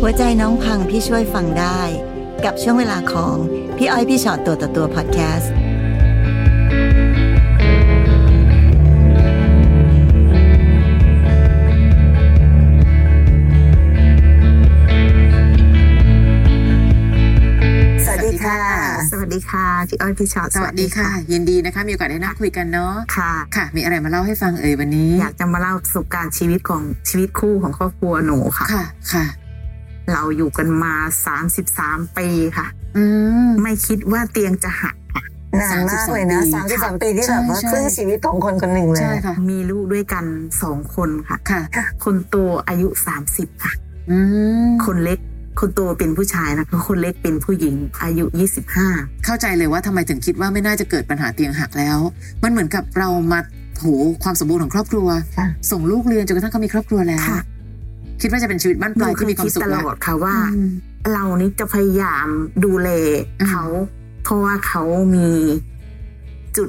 หัวใจน้องพังพี่ช่วยฟังได้ กับช่วงเวลาของพี่อ้อยพี่ชอตตัวต่อตัวพอดแคสต์ สวัสดีค่ะ สวัสดีค่ะ พี่อ้อยพี่ชอต สวัสดีค่ะ ยินดีนะคะ มีโอกาสได้นั่งคุยกันเนาะ ค่ะ ค่ะ มีอะไรมาเล่าให้ฟังเอ่ยวันนี้ อยากจะมาเล่าประสบการณ์ชีวิตของชีวิตคู่ของครอบครัวหนูค่ะ ค่ะค่ะ เราอยู่กันมา 33 ปีค่ะ อืม ไม่คิดว่าเตียงจะหักค่ะ นานมากเลยนะสามสิบสามปีที่แบบว่า ใช่ใช่ ครึ่งชีวิตของคนคนหนึ่งเลย ใช่ค่ะ มีลูกด้วยกันสองคนค่ะ ค่ะ คนโตอายุ 30 ค่ะ อืม คนเล็กคนโตเป็นผู้ชายนะคะคนเล็กเป็นผู้หญิงอายุ 25 เข้าใจเลยว่าทำไมถึงคิดว่าไม่น่าจะเกิดปัญหาเตียงหักแล้ว มันเหมือนกับเรามาโหความสมบูรณ์ของครอบครัว ค่ะ ส่งลูกเรียนจนกระทั่งเขามีครอบครัวแล้ว ค่ะ คิดว่าจะเป็นชีวิตบ้านปลายที่มีความสุข ต แล้ ล ว อดค่ะว่า อืม เรานี่จะพยายามดูแลเขา เพราะว่าเขามีจุด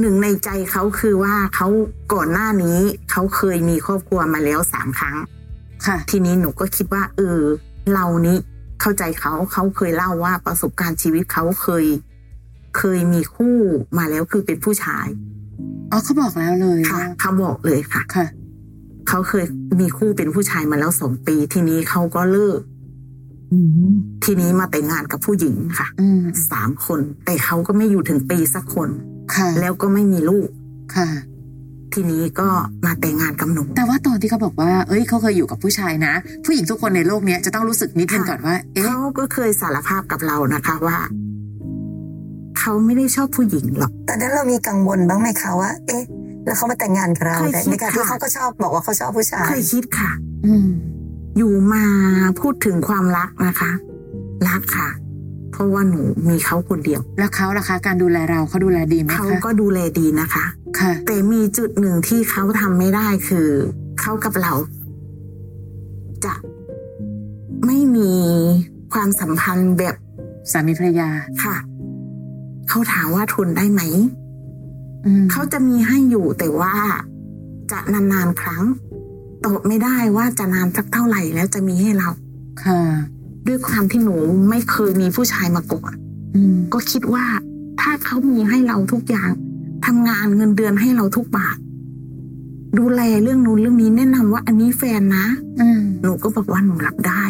หนึ่งในใจเขาคือว่าเขาก่อนหน้านี้เขาเคยมีครอบครัวมาแล้วสามครั้ง ค่ะ ทีนี้หนูก็คิดว่า เออ เรานี้เข้าใจเขาเขาเคยเล่าว่าประสบการณ์ชีวิตเขาเคย เคยมีคู่มาแล้วคือเป็นผู้ชาย อ๋อเขาบอกแล้วเลย ค่ะ ว่า เขาบอกเลยค่ะ ค่ะ เขาเคยมีคู่เป็นผู้ชายมาแล้วสองปี ทีนี้เขาก็เลิก ทีนี้มาแต่งงานกับผู้หญิงค่ะ อืม สามคน แต่เขาก็ไม่อยู่ถึงปีสักคน ค่ะ แล้วก็ไม่มีลูก ค่ะ ทีนี้ก็มาแต่งงานกับหนู แต่ว่าตอนที่เขาบอกว่า เอ้ย เขาเคยอยู่กับผู้ชายนะ ผู้หญิงทุกคนในโลกเนี้ยจะต้องรู้สึกนิดนึง ค่ะ ก่อนว่า เอ๊ะ เขาก็เคยสารภาพกับเรานะคะว่า เขาไม่ได้ชอบผู้หญิงหรอก ตอนนั้นเรามีกังวลบ้างไหมคะว่า เอ๊ะ แล้วเขามาแต่งงานกับเรา เคย แต่ คิด ในการที่ ค่ะ เขาก็ชอบบอกว่าเขาชอบผู้ชาย เคยคิดค่ะ อืม อยู่มาพูดถึงความรักนะคะ รักค่ะ เพราะว่าหนูมีเขาคนเดียว แล้วเขาล่ะคะ การดูแลเราเขาดูแลดีไหม เขา คะ ก็ดูแลดีนะคะ ค่ะ แต่มีจุดหนึ่งที่เขาทำไม่ได้คือ เขากับเรา จะไม่มีความสัมพันธ์แบบ สามีภรรยา ค่ะ เขาถามว่าทนได้ไหม อืม เขาจะมีให้อยู่แต่ว่าจะนานๆครั้งตอบไม่ได้ว่าจะนานสักเท่าไหร่แล้วจะมีให้เรา ค่ะ ด้วยความที่หนูไม่เคยมีผู้ชายมาก่อน อืม ก็คิดว่า ถ้าเขามีให้เราทุกอย่างทำงานเงินเดือนให้เราทุกบาท ดูแลเรื่องนู้นเรื่องนี้แนะนำว่าอันนี้แฟนนะ อืม หนูก็บอกว่าหนูรับได้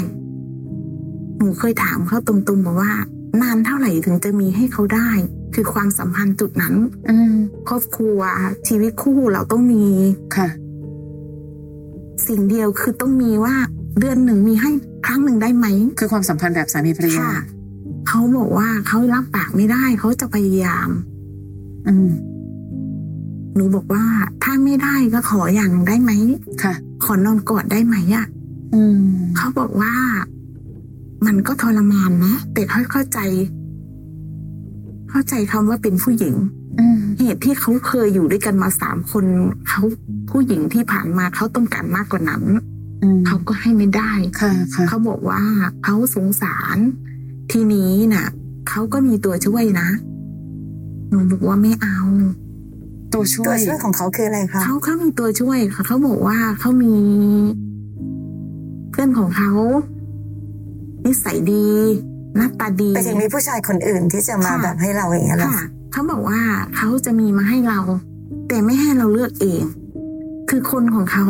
หนูเคยถามเขาตรงๆบอกว่า นานเท่าไหร่ถึงจะมีให้เขาได้ คือความสัมพันธ์จุดนั้น อืม ครอบครัว ชีวิตคู่เราต้องมี ค่ะ สิ่งเดียวคือต้องมีว่า เดือนหนึ่งมีให้ครั้งหนึ่งได้ไหม คือความสัมพันธ์แบบสามีภรรยา ค่ะเขาบอกว่าเขารับปากไม่ได้ เขาจะพยายาม อืม หนูบอกว่า ถ้าไม่ได้ก็ขออย่างหนึ่งได้ไหม ค่ะ ขอนอนกอดได้ไหมอะ อืม เขาบอกว่า มันก็ทรมานนะแต่เขาเข้าใจ เข้าใจคำว่าเป็นผู้หญิง อืม เหตุที่เขาเคยอยู่ด้วยกันมาสามคนเขาผู้หญิงที่ผ่านมาเขาต้องการมากกว่านั้น อืม เขาก็ให้ไม่ได้ ค่ะ ค่ะ เขาบอกว่าเขาสงสาร ทีนี้น่ะเขาก็มีตัวช่วยนะ หนูบอกว่าไม่เอา ตัวช่ ตัว วย ช่วยของเขาคืออะไรคะ เขาเขามีตัวช่วยค่ะ เขาบอกว่าเขามี เพื่อนของเขา นิสัยดีหน้าตาดี ไปถึงมีผู้ชายคนอื่นที่จะมาแบบให้เราอย่างเงี้ยเหรอ ค่ะเขาบอกว่าเขาจะมีมาให้เรา แต่ไม่ให้เราเลือกเอง คือคนของเขา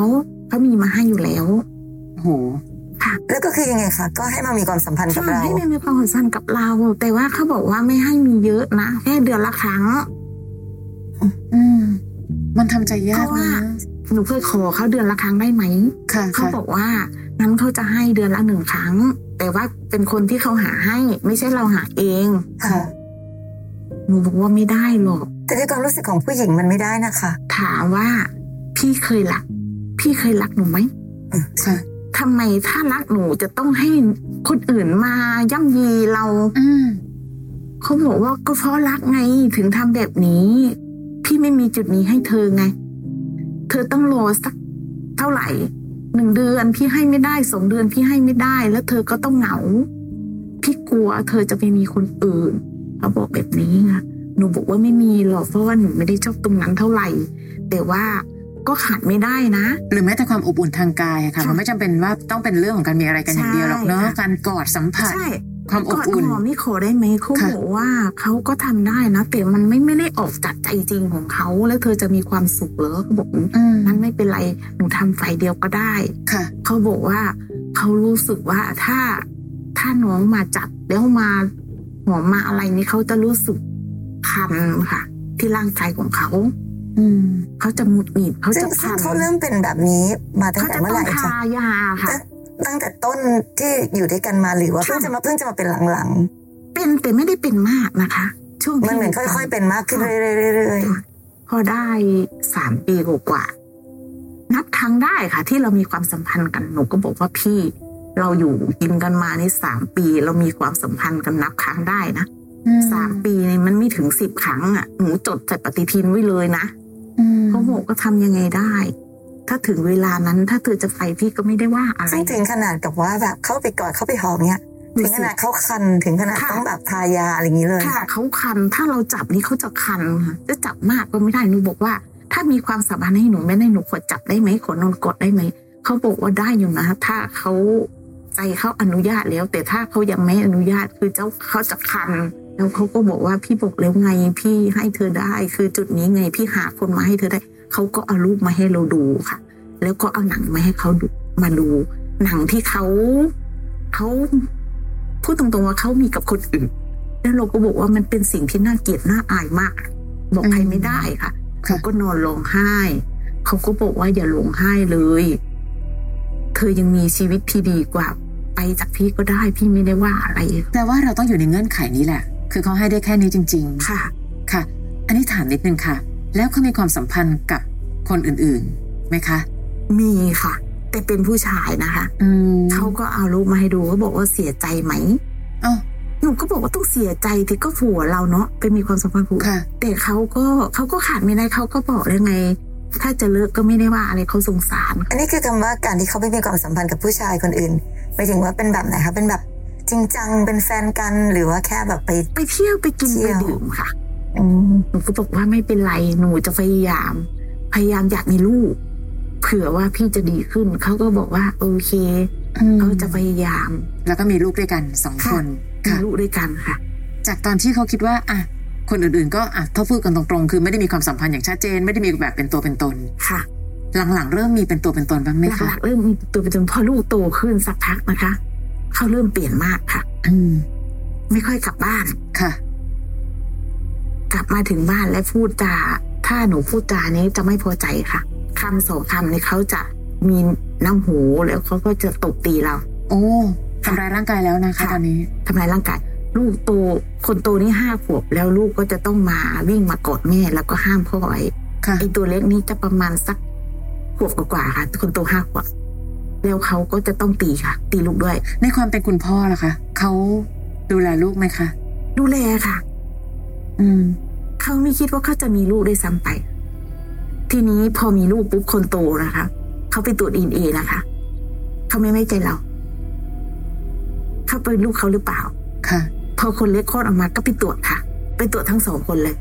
เขามีมาให้อยู่แล้ว โห ค่ะ แล้วก็คือยังไงคะก็ให้มามีความสัมพันธ์กับ ใช่ เรา ให้มันมีความสัมพันธ์กับเรา แต่ว่าเขาบอกว่าไม่ให้มีเยอะนะแค่เดือนละครั้ง อืม มันทำใจยาก เพราะว่า นะ หนูเคยขอเขาเดือนละครั้งได้ไหม ค่ะ เขา ค่ะ บอกว่างั้นเขาจะให้เดือนละหนึ่งครั้ง แต่ว่าเป็นคนที่เขาหาให้ ไม่ใช่เราหาเอง ค่ะ หนูบอกว่าไม่ได้หรอก แต่ด้วยความรู้สึกของผู้หญิงมันไม่ได้นะคะ ถามว่า พี่เคยรัก พี่เคยรักหนูไหม ค่ะ ทำไมถ้ารักหนูจะต้องให้คนอื่นมาย่ำยีเรา อืม เขาบอกว่าก็เพราะรักไงถึงทำแบบนี้ พี่ไม่มีจุดนี้ให้เธอไง เธอต้องรอสักเท่าไหร่หนึ่งเดือนพี่ให้ไม่ได้สองเดือนพี่ให้ไม่ได้ แล้วเธอก็ต้องเหงา พี่กลัวเธอจะไปมีคนอื่นเขาบอกแบบนี้ไงหนูบอกว่าไม่มีหรอกเพราะว่าหนูไม่ได้ชอบตรงนั้นเท่าไหร่ แต่ว่า ก็ขาดไม่ได้นะ หรือแม้แต่ความอบอุ่นทางกายอะค่ะ ค่ะ มันไม่จำเป็นว่าต้องเป็นเรื่องของการมีอะไรกันอย่างเดียวหรอกเนาะ ใช่ค่ะ การกอดสัมผัส ใช่ ความอก บ อด อุ่น หอมนี่ขอได้ไหมเขา ค่ะ บอกว่าเขาก็ทำได้นะ แต่มันไม่ไม่ได้ออกจากใจจริงของเขาแล้วเธอจะมีความสุขเหรอเขาบอก อืม นั้นไม่เป็นไรหนูทำฝ่ายเดียวก็ได้ ค่ะ เขาบอกว่าเขารู้สึกว่าถ้าถ้าน้องมาจับแล้วมาหัวมาอะไรนี่เขาจะรู้สึกคันค่ะ ที่ร่างกายของเขา อืม เขาจะหงุดหงิดเขา ซึ่ จะ งซึ่ คั ง น เขาเริ่มเป็นแบบนี้มาตั้ง เขา แต่ จะ เมื่อ ต้ ไห อง ร่คะ ทายาค่ะ ตั้งตั้งแต่ต้นที่อยู่ด้วยกันมาหรือว่าเพิ่ง ค่ะ จะมาเพิ่งจะมาเป็นหลัง เป็นแต่ไม่ได้เป็นมากนะคะ ช่วง ๆมัที่นเหมือนค่อยๆเป็นมากขึ้น ค่ะ เรื่อยๆ พอได้สามปีกว่าๆนับครั้งได้ค่ะ ที่เรามีความสัมพันธ์กันหนูก็บอกว่าพี่ เราอยู่กินกันมาในสามปี เรามีความสัมพันธ์กันนับครั้งได้นะสามปีนี่มันไม่ถึงสิบครั้งอ่ะหนูจดใส่ปฏิทินไว้เลยนะเขาบอกก็ทำยังไงได้ ถ้าถึงเวลานั้นถ้าเธอจะไปพี่ก็ไม่ได้ว่าอะไร ซึ่งถึงขนาดกับว่าแบบเข้าไปกอดเข้าไปหอมเนี่ย ดูสิ ถึงขนาดเขาคันถึงขนาด ค่ะ ต้องแบบทายาอะไรอย่างนี้เลย ค่ะเขาคันถ้าเราจับนี่เขาจะคันค่ะจะจับมากก็ไม่ได้หนูบอกว่า ถ้ามีความสามารถให้หนูแม่ให้หนูขอจับได้ไหมขอนอนกอดได้ไหมเขาบอกว่าได้อยู่นะ ถ้าเขาใจเขาอนุญาตแล้ว แต่ถ้าเขายังไม่อนุญาตคือเจ้าเขาจะคัน แล้วเขาก็บอกว่าพี่บอกแล้วไงพี่ให้เธอได้ คือจุดนี้ไงพี่หาคนมาให้เธอได้เขาก็เอารูปมาให้เราดูค่ะ แล้วก็เอาหนังมาให้เขาดูมาดู หนังที่เขาเขาพูดตรงๆว่าเขามีกับคนอื่น แล้วเราก็บอกว่ามันเป็นสิ่งที่น่าเกลียดน่าอายมาก บอกใครไม่ได้ค่ะ ค่ะ เขาก็นอนร้องไห้เขาก็บอกว่าอย่าร้องไห้เลย เธอยังมีชีวิตที่ดีกว่า ไปจากพี่ก็ได้พี่ไม่ได้ว่าอะไร แปลว่าเราต้องอยู่ในเงื่อนไขนี้แหละ คือเขาให้ได้แค่นี้จริง ค่ะ ๆ ค่ะ อันนี้ถามนิดนึงค่ะ แล้วเขามีความสัมพันธ์กับคนอื่นๆไหมคะ มีค่ะ แต่เป็นผู้ชายนะคะ อืม เขาก็เอารูปมาให้ดูเขาบอกว่าเสียใจไหม เอ้า หนูก็บอกว่าต้องเสียใจที่ก็ผัวเราเนาะไปมีความสัมพันธ์ผัว ค่ะ แต่เขาก็เขาก็ขาดไม่ได้เขาก็บอกยังไง ถ้าจะเลิกก็ไม่ได้ว่าอะไรเขาสงสาร อันนี้คือคำว่าการที่เขาไม่มีความสัมพันธ์กับผู้ชายคนอื่นหมายถึงว่าเป็นแบบไหนคะเป็นแบบจริงจังเป็นแฟนกันหรือว่าแค่แบบไป ไปเที่ยวไปกิน เที่ ไป ยว ดื่มค่ะ อืม หนูก็บอกว่าไม่เป็นไรหนูจะพยายาม พยายามอยากมีลูก เผื่อว่าพี่จะดีขึ้น เขาก็บอกว่าโอเคเขาจะพยายาม แล้วก็มีลูกด้วยกันสอง ค่ะ คน มี ค่ะ ลูกด้วยกันค่ะ จากตอนที่เขาคิดว่าอ่ะคนอื่นๆ ก็อ่ะถ้าพูดกันตรงๆ คือไม่ได้มีความสัมพันธ์อย่างชัดเจน ไม่ได้มีแบบเป็นตัวเป็นตน ค่ะ หลังๆ เริ่มมีเป็นตัวเป็นตนบ้างไหมคะ หลักๆเริ่มมีตัวเป็นตนพอลูกโตขึ้นสักพักนะคะเขาเริ่มเปลี่ยนมากค่ะ อืม ไม่ค่อยกลับบ้าน ค่ะ กลับมาถึงบ้านและพูดจา ถ้าหนูพูดจานี้จะไม่พอใจค่ะคำสองคำเนี่ยเขาจะมีน้ำหูแล้วเขาก็จะตบตีเรา โอ้ทำร้ายร่างกายแล้วนะคะ ค่ะ ตอนนี้ ทำร้ายร่างกาย ลูกโตคนโตนี่ห้าขวบแล้วลูกก็จะต้องมาวิ่งมากอดแม่แล้วก็ห้ามพ่อไว้ ค่ะ ไอตัวเล็กนี่จะประมาณสักขวบกว่าๆค่ะ คนโตห้าขวบแล้วเขาก็จะต้องตีค่ะ ตีลูกด้วย ในความเป็นคุณพ่อล่ะคะเขาดูแลลูกไหมคะ ดูแลค่ะ อืม เขาไม่คิดว่าเขาจะมีลูกด้วยซ้ำไป ทีนี้พอมีลูกปุ๊บคนโตนะคะ เขาไปตรวจดีเอนะคะ เขาไม่ไว้ใจเรา เขาเป็นลูกเขาหรือเปล่า ค่ะ พอคนเล็กคลอดออกมาก็ไปตรวจค่ะ ไปตรวจทั้งสองคนเลย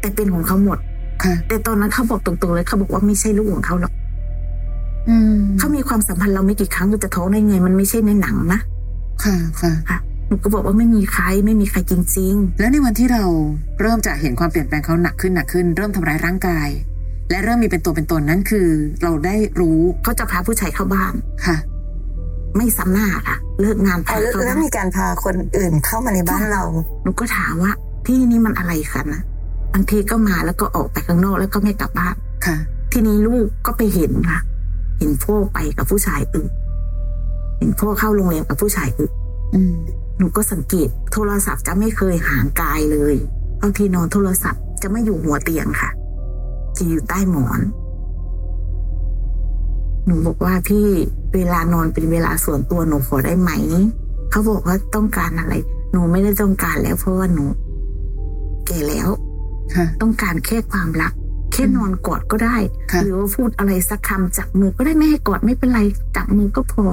แต่เป็นของเขาหมด ค่ะ แต่ตอนนั้นเขาบอกตรงๆเลยเขาบอกว่าไม่ใช่ลูกของเขาหรอก อืม เขามีความสัมพันธ์เราไม่กี่ครั้งก็จะท้องได้ไง มันไม่ใช่ในหนังนะ ค่ะ ค่ะ ค่ะหนูก็บอกว่าไม่มีใครไม่มีใครจริง แล้วในวันที่เราเริ่มจะเห็นความเปลี่ยนแปลงเขาหนักขึ้นหนักขึ้น เริ่มทำร้ายร่างกาย และเริ่มมีเป็นตัวเป็นตนนั้นคือ เราได้รู้ ๆเขาจะพาผู้ชายเข้าบ้าน ค่ะ ไม่ซ้ำหน้าค่ะ เลิกงานพา เอาแล้ว เข้า แล้ว บ้าน มีการพาคนอื่นเข้ามาในบ้านเรา หนูก็ถามว่าที่นี่มันอะไรกันนะบางทีก็มาแล้วก็ออกไปข้างนอกแล้วก็ไม่กลับบ้าน ค่ะ ทีนี้ลูกก็ไปเห็นค่ะ เห็นพ่อไปกับผู้ชายอื่น เห็นพ่อเข้าโรงแรมกับผู้ชายอื่น อืม หนูก็สังเกตโทรศัพท์จะไม่เคยห่างกายเลยบางทีนอนโทรศัพท์จะไม่อยู่หัวเตียงค่ะ จะอยู่ใต้หมอน หนูบอกว่าพี่เวลานอนเป็นเวลาส่วนตัวหนูขอได้ไหม เขาบอกว่าต้องการอะไร หนูไม่ได้ต้องการแล้วเพราะว่าหนูแก่แล้ว ค่ะ ต้องการแค่ความรัก แค่นอนกอดก็ได้ ค่ะ หรือว่าพูดอะไรสักคำจับมือก็ได้ไม่ให้กอดไม่เป็นไรจับมือก็พอ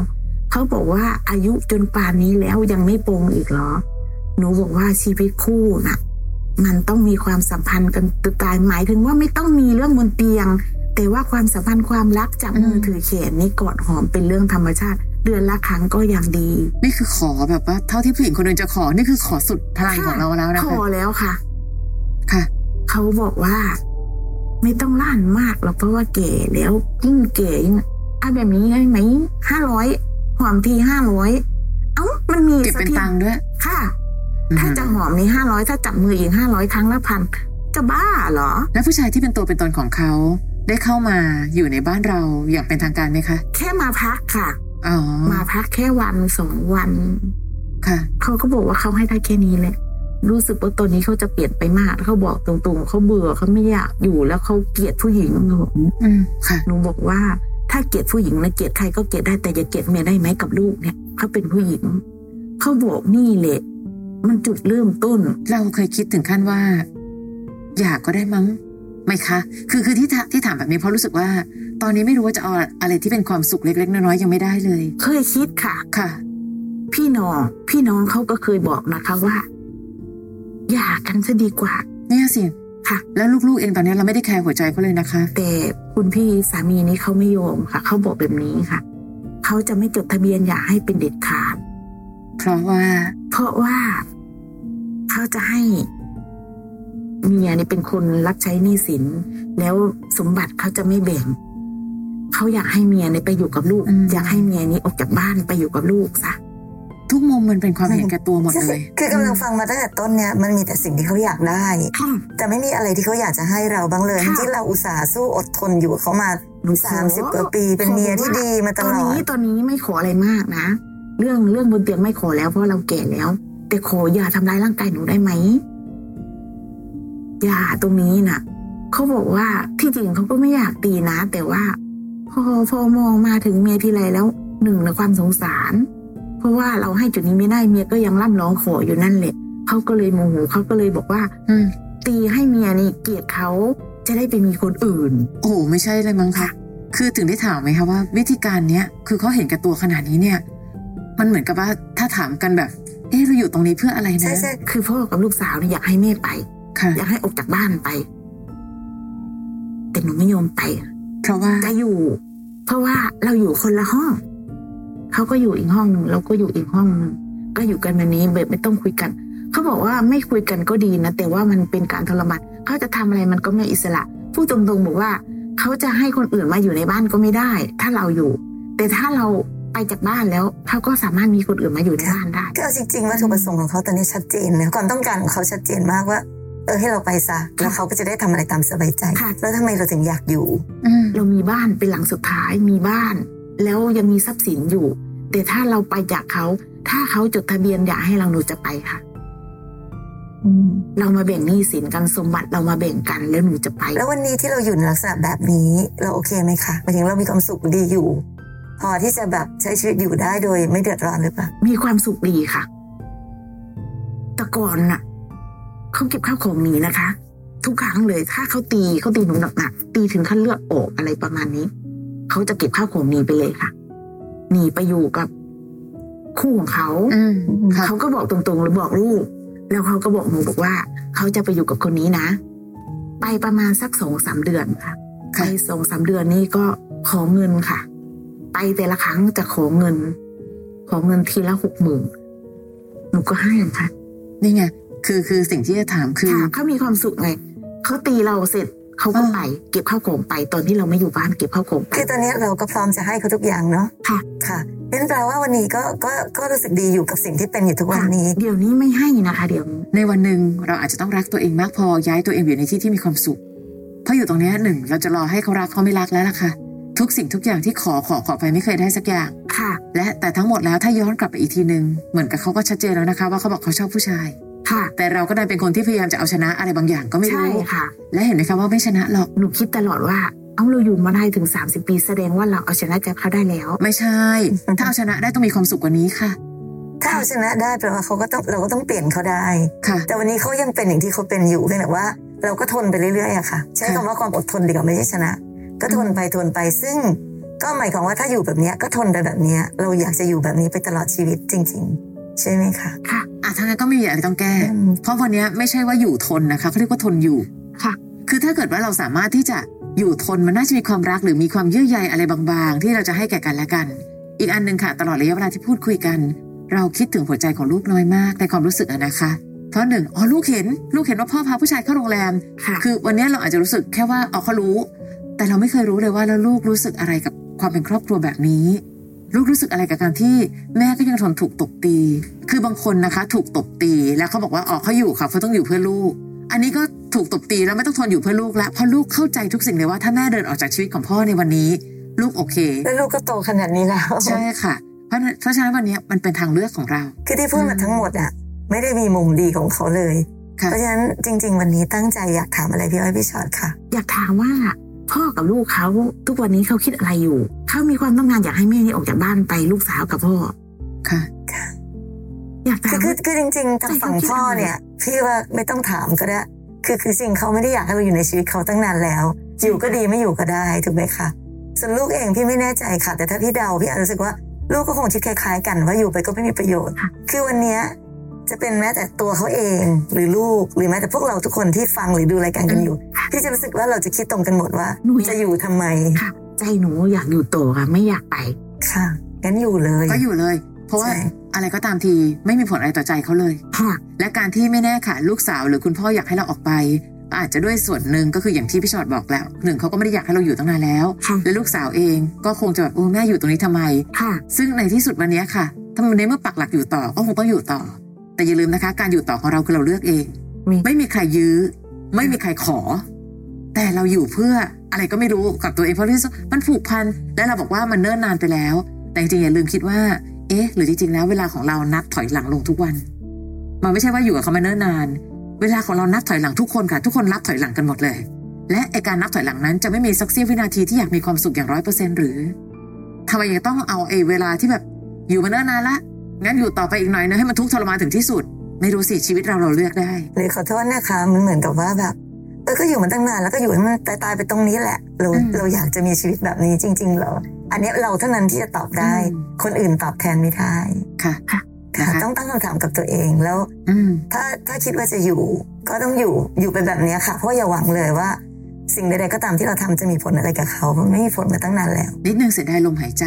เขาบอกว่าอายุจนป่านนี้แล้วยังไม่ปรงอีกเหรอ หนูบอกว่าชีวิตคู่น่ะ มันต้องมีความสัมพันธ์กันตายหมายถึงว่าไม่ต้องมีเรื่องบนเตียง แต่ว่าความสัมพันธ์ความรักจับมืออ ม ถือแขนนี่กอดหอมเป็นเรื่องธรรมชาติ เดือนละครั้งก็ยังดี นี่คือขอแบบว่า เท่าที่ผู้หญิงคนหนึ่งจะขอนี่คือขอสุดพลังของเราแล้วนะ พ คะ อแล้วค่ะ ค่ะ เขาบอกว่า ไม่ต้องล้านมากหรอกเพราะว่าเก๋แล้วยิ่งเก๋ยิ่งอ่ะแบบนี้ได้ไหมห้าร้อยหอมทีห้าร้อยเอ้ามันมี เก็บ สัก เป็น ที ตังค์ด้วย ค่ะ อืม ถ้าจะหอมนี่ห้าร้อยถ้าจับมืออีกห้าร้อยครั้งละพันจะบ้าเหรอ แล้วผู้ชายที่เป็นตัวเป็นตนของเขาได้เข้ามาอยู่ในบ้านเราอย่างเป็นทางการไหมคะ แค่มาพักค่ะ อ๋อ มาพักแค่วันสองวัน ค่ะ เขาก็บอกว่าเขาให้ได้แค่นี้แหละ รู้สึกว่าตอนนี้เขาจะเปลี่ยนไปมาก เขาบอกตรงๆ เขาเบื่อเขาไม่อยากอยู่แล้วเขาเกลียดผู้หญิงหนูบอก อืมค่ะ หนูบอกว่า ถ้าเกลียดผู้หญิงนะเกลียดใครก็เกลียดได้แต่อย่าเกลียดเมียได้ไหมกับลูกเนี่ยเขาเป็นผู้หญิง เขาบอกนี่แหละมันจุดเริ่มต้น เราเคยคิดถึงขั้นว่า อยากก็ได้มั้งไหมคะ คือคือที่ถที่ถามแบบนี้เพราะรู้สึกว่า ตอนนี้ไม่รู้ว่าจะเอาอะไรที่เป็นความสุขเล็ก ๆ น้อยๆยังไม่ได้เลย เคยคิดค่ะ ค่ะ พี่น้อง พี่น้องเขาก็เคยบอกนะคะว่าอย่ากันซะดีกว่า เนี่ยสิ ค่ะ แล้วลูกๆเองตอนนี้เราไม่ได้แคร์หัวใจเขาเลยนะคะ แต่คุณพี่สามีนี่เขาไม่ยอมค่ะ เขาบอกแบบนี้ค่ะ เขาจะไม่จดทะเบียนอย่าให้เป็นเด็ดขาด เพราะว่า เพราะว่าเขาจะให้เมียเนี่ยเป็นคนรับใช้หนี้สิน แล้วสมบัติเขาจะไม่แบ่ง เขาอยากให้เมียเนี่ยไปอยู่กับลูก อืม อยากให้เมียนี้ออกจากบ้านไปอยู่กับลูกซะ ทุกมุมมันเป็นความเห็นแก่ตัวหมดเลย คือกำลังฟังมาตั้งแต่ต้นเนี่ยมันมีแต่สิ่งที่เขาอยากได้ แต่ไม่มีอะไรที่เขาอยากจะให้เราบ้างเลย ค่ะ ที่เราอุตส่าห์สู้อดทนอยู่กับเขามา ขอ 30กว่าปีเป็นเมียที่ดีมาตลอ ตอน ด นี้ตอนนี้ไม่ขออะไรมากนะ เรื่องเรื่องบนเตียงไม่ขอแล้วเพราะเราแก่แล้ว แต่ขออย่าทำร้ายร่างกายหนูได้ไหมอย่าตรงนี้น่ะเขาบอกว่าที่จริงเขาก็ไม่อยากตีนะ แต่ว่า พอพอมองมาถึงเมียทีไรแล้วหนึ่งนะความสงสาร เพราะว่าเราให้จุดนี้ไม่ได้เมียก็ยังร่ำร้องขออยู่นั่นแหละเขาก็เลยโมโหเขาก็เลยบอกว่า อืม ตีให้เมียนี่เกลียดเขาจะได้ไปมีคนอื่น โอ้โหไม่ใช่เลยมั้งคะ คือถึงได้ถามไหมคะว่า วิธีการเนี้ยคือเขาเห็นแก่ตัวขนาดนี้เนี่ย มันเหมือนกับว่าถ้าถามกันแบบ เออเราอยู่ตรงนี้เพื่ออะไรนะ ใช่ใช่ คือพ่อกับลูกสาวเนี่ยอยากให้แม่ไป ค่ะ อยากให้ออกจากบ้านไป แต่หนูไม่ยอมไป เพราะว่า จะอยู่ เพราะว่าเราอยู่คนละห้อง เขาก็อยู่อีกห้องหนึ่งเราก็อยู่อีกห้องหนึ่งก็อยู่กันแบบนี้แบบไม่ต้องคุยกัน เขาบอกว่าไม่คุยกันก็ดีนะแต่ว่ามันเป็นการทรมานเขาจะทำอะไรมันก็ไม่อิสระพูดตรงๆบอกว่า เขาจะให้คนอื่นมาอยู่ในบ้านก็ไม่ได้ ถ้าเราอยู่ แต่ถ้าเราไปจากบ้านแล้วเขาก็สามารถมีคนอื่นมาอยู่ในบ้านได้ ก็เอาจริงๆวัตถุประสงค์ของเขาตอนนี้ชัดเจนนะความต้องการของเขาชัดเจนมากว่า เออให้เราไปซะแล้วเขาก็จะได้ทำอะไรตามสบายใจ ค่ะ แล้วทำไมเราถึงอยากอยู่ อืม เรามีบ้านเป็นหลังสุดท้ายมีบ้าน แล้วยังมีทรัพย์สินอยู่ แต่ถ้าเราไปจากเขา ถ้าเขาจดทะเบียนอยากให้เราหนูจะไปค่ะ เรามาแบ่งหนี้สินกันสมบัติเรามาแบ่งกันแล้วหนูจะไป แล้ววันนี้ที่เราอยู่ในลักษณะแบบนี้เราโอเคไหมคะหมายถึงเรามีความสุขดีอยู่ พอที่จะแบบใช้ชีวิตอยู่ได้โดยไม่เดือดร้อนหรือเปล่า มีความสุขดีค่ะ แต่ก่อนน่ะเขาเก็บข้าวของหนีนะคะ ทุกครั้งเลยถ้าเขาตีเขาตีหนูหนักๆตีถึงขั้นเลือดออกอะไรประมาณนี้เขาจะเก็บข้าวของหนีไปเลยค่ะหนีไปอยู่กับคู่ของเขา อืมค่ะ เขาก็บอกตรงๆเลยบอกลูก แล้วเขาก็บอกหนูบอกว่า เขาจะไปอยู่กับคนนี้นะ ไปประมาณสักสองสามเดือนค่ะ ค่ะ ไปสองสามเดือนนี่ก็ขอเงินค่ะ ไปแต่ละครั้งจะขอเงิน ขอเงินทีละหกหมื่นหนูก็ให้ค่ะ นี่ไง คือคือสิ่งที่จะถามคือ ค่ะเขามีความสุขไงเขาตีเราเสร็จเขาก็ไป เก็บข้าวของไปตอนที่เราไม่อยู่บ้านเก็บข้าวของไป คือตอนนี้เราก็พร้อมจะให้เขาทุกอย่างเนาะ ค่ะ ค่ะนั่นแปลว่าวันนี้ก็ก็ก็รู้สึกดีอยู่กับสิ่งที่เป็นอยู่ทุกวันนี้ เดี๋ยวนี้ไม่ให้นะคะ เดี๋ยวนี้ ในวันหนึ่งเราอาจจะต้องรักตัวเองมากพอย้ายตัวเองไปอยู่ในที่ที่มีความสุข เพราะอยู่ตรงเนี้ยหนึ่งเราจะรอให้เขารักเขาไม่รักแล้วล่ะค่ะ ทุกสิ่งทุกอย่างที่ขอขอขอไปไม่เคยได้สักอย่าง ค่ะ และแต่ทั้งหมดแล้วถ้าย้อนกลับไปอีกทีหนึ่งเหมือนกับเขาก็ชัดเจนแล้วนะคะ ว่าเขาบอกเขาชอบผู้ชาย ค่ะ แต่เราก็ดันเป็นคนที่พยายามจะเอาชนะอะไรบางอย่างก็ไม่ ใช่ รู้ ค่ะ และเห็นไหมคะว่าไม่ชนะหรอก หนูคิดตลอดว่า เอาเราอยู่มาได้ถึง 30 ปีแสดงว่าเราเอาชนะใจเขาได้แล้ว ไม่ใช่ ถ้าเอาชนะได้ต้องมีความสุขกว่านี้ค่ะ ถ้าเอาชนะได้แปลว่าเขาก็ต้องเราก็ต้องเปลี่ยนเขาได้ ค่ะ แต่วันนี้เขายังเป็นอย่างที่เขาเป็นอยู่เพียงแต่ว่า เราก็ทนไปเรื่อยๆอะค่ะ ใช้คำว่าความอดทนดีกว่าไม่ใช่ชนะ ก็ทนไปทนไปซึ่ง ก็หมายความว่าถ้าอยู่แบบเนี้ยก็ทนไปแบบเนี้ยเราอยากจะอยู่แบบนี้ไปตลอดชีวิตจริง ๆ ใช่ไหมคะ ค่ะ อ่ะทั้างนั้นก็ไม่มีอะไรต้องแก้ อืม เพราะวันเนี้ยไม่ใช่ว่าอยู่ทนนะคะเขาเรียกว่าทนอยู่ ค่ะ คือถ้าเกิดว่าเราสามารถที่จะ อยู่ทนมันน่าจะมีความรักหรือมีความเยื่อใยอะไรบางๆ ที่เราจะให้แก่กันและกัน อีกอันหนึ่งค่ะ ตลอดระยะเวลาที่พูดคุยกัน เราคิดถึงหัวใจของลูกน้อยมากในความรู้สึกอะนะคะเพราะหนึ่งอ๋อลูกเห็น ลูกเห็นว่าพ่อพาผู้ชายเข้าโรงแรม ค่ะ คือวันนี้เราอาจจะรู้สึกแค่ว่าอ๋อเขารู้ แต่เราไม่เคยรู้เลยว่าแล้วลูกรู้สึกอะไรกับความเป็นครอบครัวแบบนี้ ลูกรู้สึกอะไรกับการที่แม่ก็ยังทนถูกตบตี คือบางคนนะคะ ถูกตบตีแล้วเขาบอกว่าอ๋อเขาอยู่ค่ะเขาต้องอยู่เพื่อลูก อันนี้ก็ถูกตบตีแล้วไม่ต้องทนอยู่เพื่อลูกละเพราะลูกเข้าใจทุกสิ่งเลยว่าถ้าแม่เดินออกจากชีวิตของพ่อในวันนี้ ลูกโอเค แล้วลูกก็โตขนาดนี้แล้ว ใช่ค่ะ เพราะฉะนั้นเพราะฉะนั้นวันนี้มันเป็นทางเลือกของเรา คือที่พูดมาทั้งหมดอะไม่ได้มีมุมดีของเขาเลย ค่ะ เพราะฉะนั้นจริง ๆ วันนี้ตั้งใจอยากถามอะไรพี่อ้อยพี่ชอตค่ะ อยากถามว่า พ่อกับลูกเขาทุกวันนี้เขาคิดอะไรอยู่ เขามีความต้องการอยากให้แม่นี่ออกจากบ้านไปลูกสาวกับพ่อ ค่ะ อยากถา คือ ม คือ ว่า คือจริงๆทางฝั่งพ่อเนี่ยพี่ว่าไม่ต้องถามก็ได้ คือคือจริงเขาไม่ได้อยากให้เราอยู่ในชีวิตเขาตั้งนานแล้ว ใช่ อยู่ก็ดีไม่อยู่ก็ได้ถูกไหมคะส่วนลูกเองพี่ไม่แน่ใจค่ะ แต่ถ้าพี่เดาพี่อาจจะรู้สึกว่าลูกก็คงคิดคล้ายๆ กันว่าอยู่ไปก็ไม่มีประโยชน์ คือวันเนี้ยจะเป็นแม้แต่ตัวเขาเองหรือลูกหรือแม้แต่พวกเราทุกคนที่ฟังหรือดูรายการกันอยู่พี่จะรู้สึกว่าเราจะคิดตรงกันหมดว่า หนูอยาก จะอยู่ทำไม ค่ะ ใจหนูอยากอยู่โตอค่ะ ไม่อยากไป ค่ะงั้นอยู่เลย ก็อยู่เลย เพราะว่า ใช่ อะไรก็ตามทีไม่มีผลอะไรต่อใจเขาเลย ค่ะ และการที่ไม่แน่ค่ะ ลูกสาวหรือคุณพ่ออยากให้เราออกไป อาจจะด้วยส่วนหนึ่งก็คืออย่างที่พี่ชอดบอกแล้วหนึ่งเขาก็ไม่ได้อยากให้เราอยู่ตั้งนานแล้ว ค่ะ และลูกสาวเองก็คงจะแบบโอ้แม่อยู่ตรงนี้ทำไม ค่ะ ซึ่งในที่สุดวันเนี้ยค่ะถ้ามันในเมื่อปักหลักอยู่ต่อก็คงต้องอยู่ต่อ แต่อย่าลืมนะคะ การอยู่ต่อของเราคือเราเลือกเอง มี ไม่มีใครยื้อ ไม่มีใครขอ แต่เราอยู่เพื่ออะไรก็ไม่รู้กับตัวเองเพราะที่สุดมันผูกพันและเราบอกว่ามันเนิ่นนานไปแล้ว แต่จริงๆอย่าลืมคิดว่า เอ๊ะ หรือจริงๆแล้วเวลาของเรานับถอยหลังลงทุกวัน มันไม่ใช่ว่าอยู่กับเขามาเนิ่นนาน เวลาของเรานับถอยหลังทุกคนค่ะ ทุกคนนับถอยหลังกันหมดเลย และไอการนับถอยหลังนั้นจะไม่มีสักเสี้ยววินาทีที่อยากมีความสุขอย่างร้อยเปอร์เซ็นต์หรือทำไมยังต้องเอาไอเวลาที่แบบอยู่มาเนิ่นนานละงั้นอยู่ต่อไปอีกหน่อยนะให้มันทุกข์ทรมานถึงที่สุด ไม่รู้สิชีวิตเราเราเลือกได้ หรือขอโทษนะคะมันเหมือนกับว่าแบบเออก็อยู่มาตั้งนานแล้วก็อยู่ให้มันตายตายๆไปตรงนี้แหละ เรา อืม เราอยากจะมีชีวิตแบบนี้จริง ๆ เหรอ อันเนี้ยเราเท่านั้นที่จะตอบได้ อืม คนอื่นตอบแทนไม่ได้ ค่ะ ค่ะ นะคะ ต้องตั้งคำถามกับตัวเองแล้ว อืม ถ้าถ้าคิดว่าจะอยู่ ก็ต้องอยู่อยู่เป็นแบบเนี้ยค่ะ เพราะอย่าหวังเลยว่า สิ่งใดๆก็ตามที่เราทำจะมีผลอะไรกับเขาเพราะไม่มีผลมาตั้งนานแล้ว นิดนึงเสียดายลมหายใจ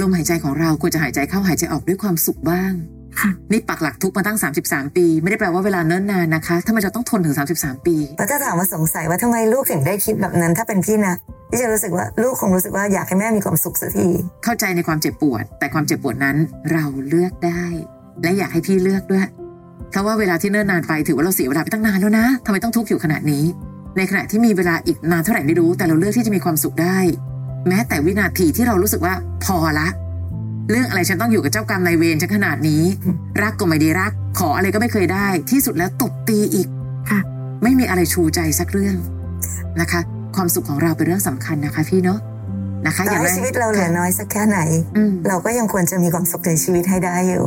ลมหายใจของเราควรจะหายใจเข้าหายใจออกด้วยความสุขบ้าง ค่ะ นี่ปักหลักทุกข์มาตั้ง 33 ปี ไม่ได้แปลว่าเวลาเนิ่นนานนะคะ ถ้ามันจะต้องทนถึง 33 ปี แล้วถ้าถามว่าสงสัยว่าทำไมลูกถึงได้คิดแบบนั้น ถ้าเป็นพี่นะพี่จะรู้สึกว่าลูกคงรู้สึกว่าอยากให้แม่มีความสุขสักที เข้าใจในความเจ็บปวด แต่ความเจ็บปวดนั้นเราเลือกได้ และอยากให้พี่เลือกด้วยเพราะว่าเวลาที่เนิ่นนานไปถือว่าเราเสียเวลาไปตั้งนานแล้วนะทำไมต้องทุกข์อยู่ขนาดนี้ ในขณะที่มีเวลาอีกนานเท่าไหร่ไม่รู้ แต่เราเลือกที่จะมีความสุขได้ แม้แต่วินาทีที่เรารู้สึกว่าพอละ เรื่องอะไรฉันต้องอยู่กับเจ้ากรรมนายเวรฉันขนาดนี้ รักก็ไม่ได้รัก ขออะไรก็ไม่เคยได้ ที่สุดแล้วตบตีอีก ค่ะ ไม่มีอะไรชูใจสักเรื่องนะคะ ความสุขของเราเป็นเรื่องสำคัญนะคะ พี่เนาะนะคะ ต่อ อย่าง ให้ ไร ชีวิตเราเหลือน้อยสักแค่ไหน อืม เราก็ยังควรจะมีความสุขในชีวิตให้ได้อยู่